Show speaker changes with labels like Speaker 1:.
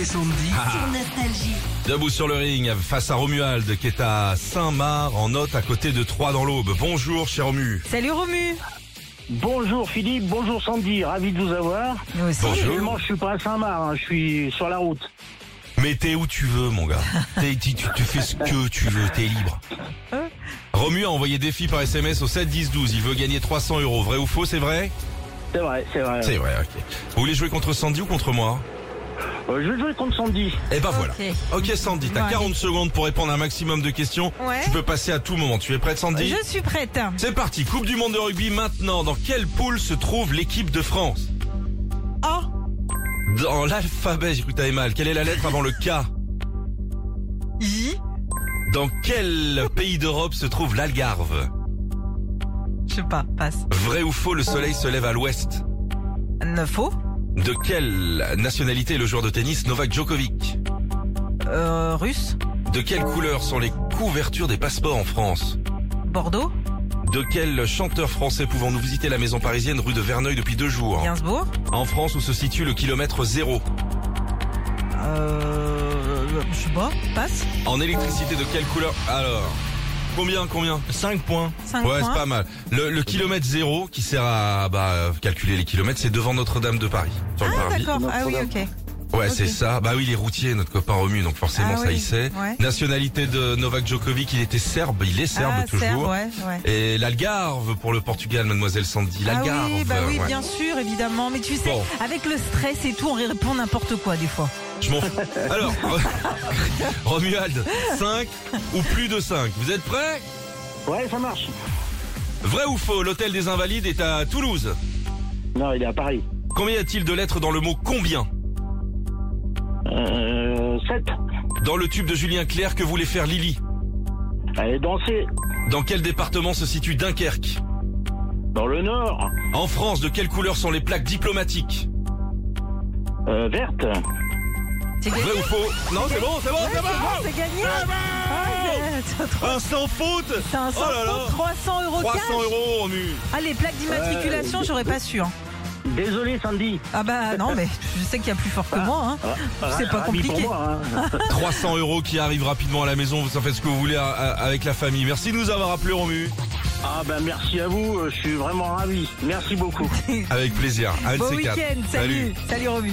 Speaker 1: et Sandy.
Speaker 2: Sur Nostalgie.
Speaker 1: Ah, Debout sur le ring, face à Romuald, qui est à Saint-Marc, en note à côté de Troyes dans l'Aube. Bonjour, cher Romu.
Speaker 3: Salut Romu
Speaker 4: Bonjour Philippe, bonjour Sandy, ravi de vous avoir.
Speaker 3: Nous aussi.
Speaker 1: Bonjour.
Speaker 4: Actuellement, je suis pas à Saint-Marc, hein, je suis sur la route.
Speaker 1: Mais t'es où tu veux, mon gars. T'es- tu, tu- tu fais ce que tu veux, t'es libre.
Speaker 3: Hein
Speaker 1: Romu a envoyé défi par SMS au 7 10 12. Il veut gagner 300 euros. Vrai ou faux, c'est vrai
Speaker 3: Ah
Speaker 4: C'est vrai, c'est vrai.
Speaker 1: C'est vrai, ok. Vous voulez jouer contre Sandy ou contre moi
Speaker 4: Euh, je vais jouer contre Sandy.
Speaker 1: Eh ben voilà.
Speaker 3: Ok.
Speaker 1: Ok Sandy,
Speaker 3: Bon,
Speaker 1: t'as
Speaker 3: allez.
Speaker 1: 40 secondes pour répondre à un maximum de questions.
Speaker 3: Ouais.
Speaker 1: Tu peux passer à tout moment. Tu es prête Sandy
Speaker 3: Je suis prête.
Speaker 1: C'est parti, Coupe du Monde de rugby maintenant. Dans quelle poule se trouve l'équipe de France
Speaker 3: Oh,
Speaker 1: Dans l'alphabet, j'écoute t'avais mal. Quelle est la lettre avant le K
Speaker 3: I,
Speaker 1: Dans quel pays d'Europe se trouve l'Algarve
Speaker 3: je sais pas, passe.
Speaker 1: Vrai ou faux, le soleil se lève à l'ouest.
Speaker 3: Ne faux.
Speaker 1: De quelle nationalité est le joueur de tennis Novak Djokovic
Speaker 3: Euh, russe.
Speaker 1: De quelle couleur sont les couvertures des passeports en France
Speaker 3: Bordeaux.
Speaker 1: De quel chanteur français pouvons-nous visiter la maison parisienne rue de Verneuil depuis deux jours
Speaker 3: Gainsbourg.
Speaker 1: En France, où se situe le kilomètre zéro
Speaker 3: Euh, je sais pas, passe.
Speaker 1: En électricité, de quelle couleur Alors, combien, combien 5 points.
Speaker 3: 5
Speaker 1: ouais, c'est
Speaker 3: points.
Speaker 1: pas mal. Le, le kilomètre zéro, qui sert à bah, euh, calculer les kilomètres, c'est devant Notre-Dame de Paris. Sur le
Speaker 3: Ah
Speaker 1: parvis.
Speaker 3: d'accord, ah oui, ok.
Speaker 1: Ouais,
Speaker 3: Ok.
Speaker 1: c'est ça. Bah oui, il est routier, notre copain Romu, donc forcément,
Speaker 3: Ah
Speaker 1: ça
Speaker 3: oui,
Speaker 1: il sait.
Speaker 3: ouais.
Speaker 1: Nationalité de Novak Djokovic, il était serbe, il est serbe
Speaker 3: ah,
Speaker 1: toujours.
Speaker 3: Serbe, ouais, ouais.
Speaker 1: Et l'Algarve pour le Portugal, mademoiselle Sandy. L'Algarve. euh,
Speaker 3: ah oui, bah oui,
Speaker 1: ouais.
Speaker 3: bien sûr, évidemment. Mais tu sais,
Speaker 1: Bon.
Speaker 3: avec le stress et tout, on répond n'importe quoi des fois.
Speaker 1: Je m'en fous. Alors, Romuald, 5 ou plus de 5. Vous êtes prêts
Speaker 4: Ouais, ça marche.
Speaker 1: Vrai ou faux, l'hôtel des Invalides est à Toulouse.
Speaker 4: Non, il est à Paris.
Speaker 1: Combien y a-t-il de lettres dans le mot combien
Speaker 4: Euh, 7.
Speaker 1: Dans le tube de Julien Clerc, que voulait faire Lily
Speaker 4: Allez danser.
Speaker 1: Dans quel département se situe Dunkerque
Speaker 4: Dans le nord.
Speaker 1: En France, de quelle couleur sont les plaques diplomatiques
Speaker 4: Euh, verte.
Speaker 3: C'est gagné.
Speaker 1: Vrai ou faux Non, c'est bon, c'est bon, c'est
Speaker 3: C'est bon,
Speaker 1: bon
Speaker 3: c'est gagné. Ah, c'est- t'as trop-
Speaker 1: Un sans faute
Speaker 3: T'as un
Speaker 1: Oh là là.
Speaker 3: 300 euros
Speaker 1: 300
Speaker 3: cash.
Speaker 1: euros, Romu
Speaker 3: Ah, les plaques d'immatriculation, j'aurais pas su. hein.
Speaker 4: Désolé Sandy.
Speaker 3: Ah bah non, mais je sais qu'il y a plus fort que moi. Hein. C'est pas
Speaker 4: Ravi
Speaker 3: compliqué.
Speaker 4: Ah, pour moi. hein.
Speaker 1: 300 euros qui arrivent rapidement à la maison, vous en faites ce que vous voulez à- à- avec la famille. Merci de nous avoir appelé Romu.
Speaker 4: Ah ben merci à vous, euh, je suis vraiment ravi. Merci beaucoup.
Speaker 1: Avec plaisir. Un de
Speaker 3: Bon
Speaker 1: ces
Speaker 3: week-end,
Speaker 1: quatre.
Speaker 3: salut, salut, Romu.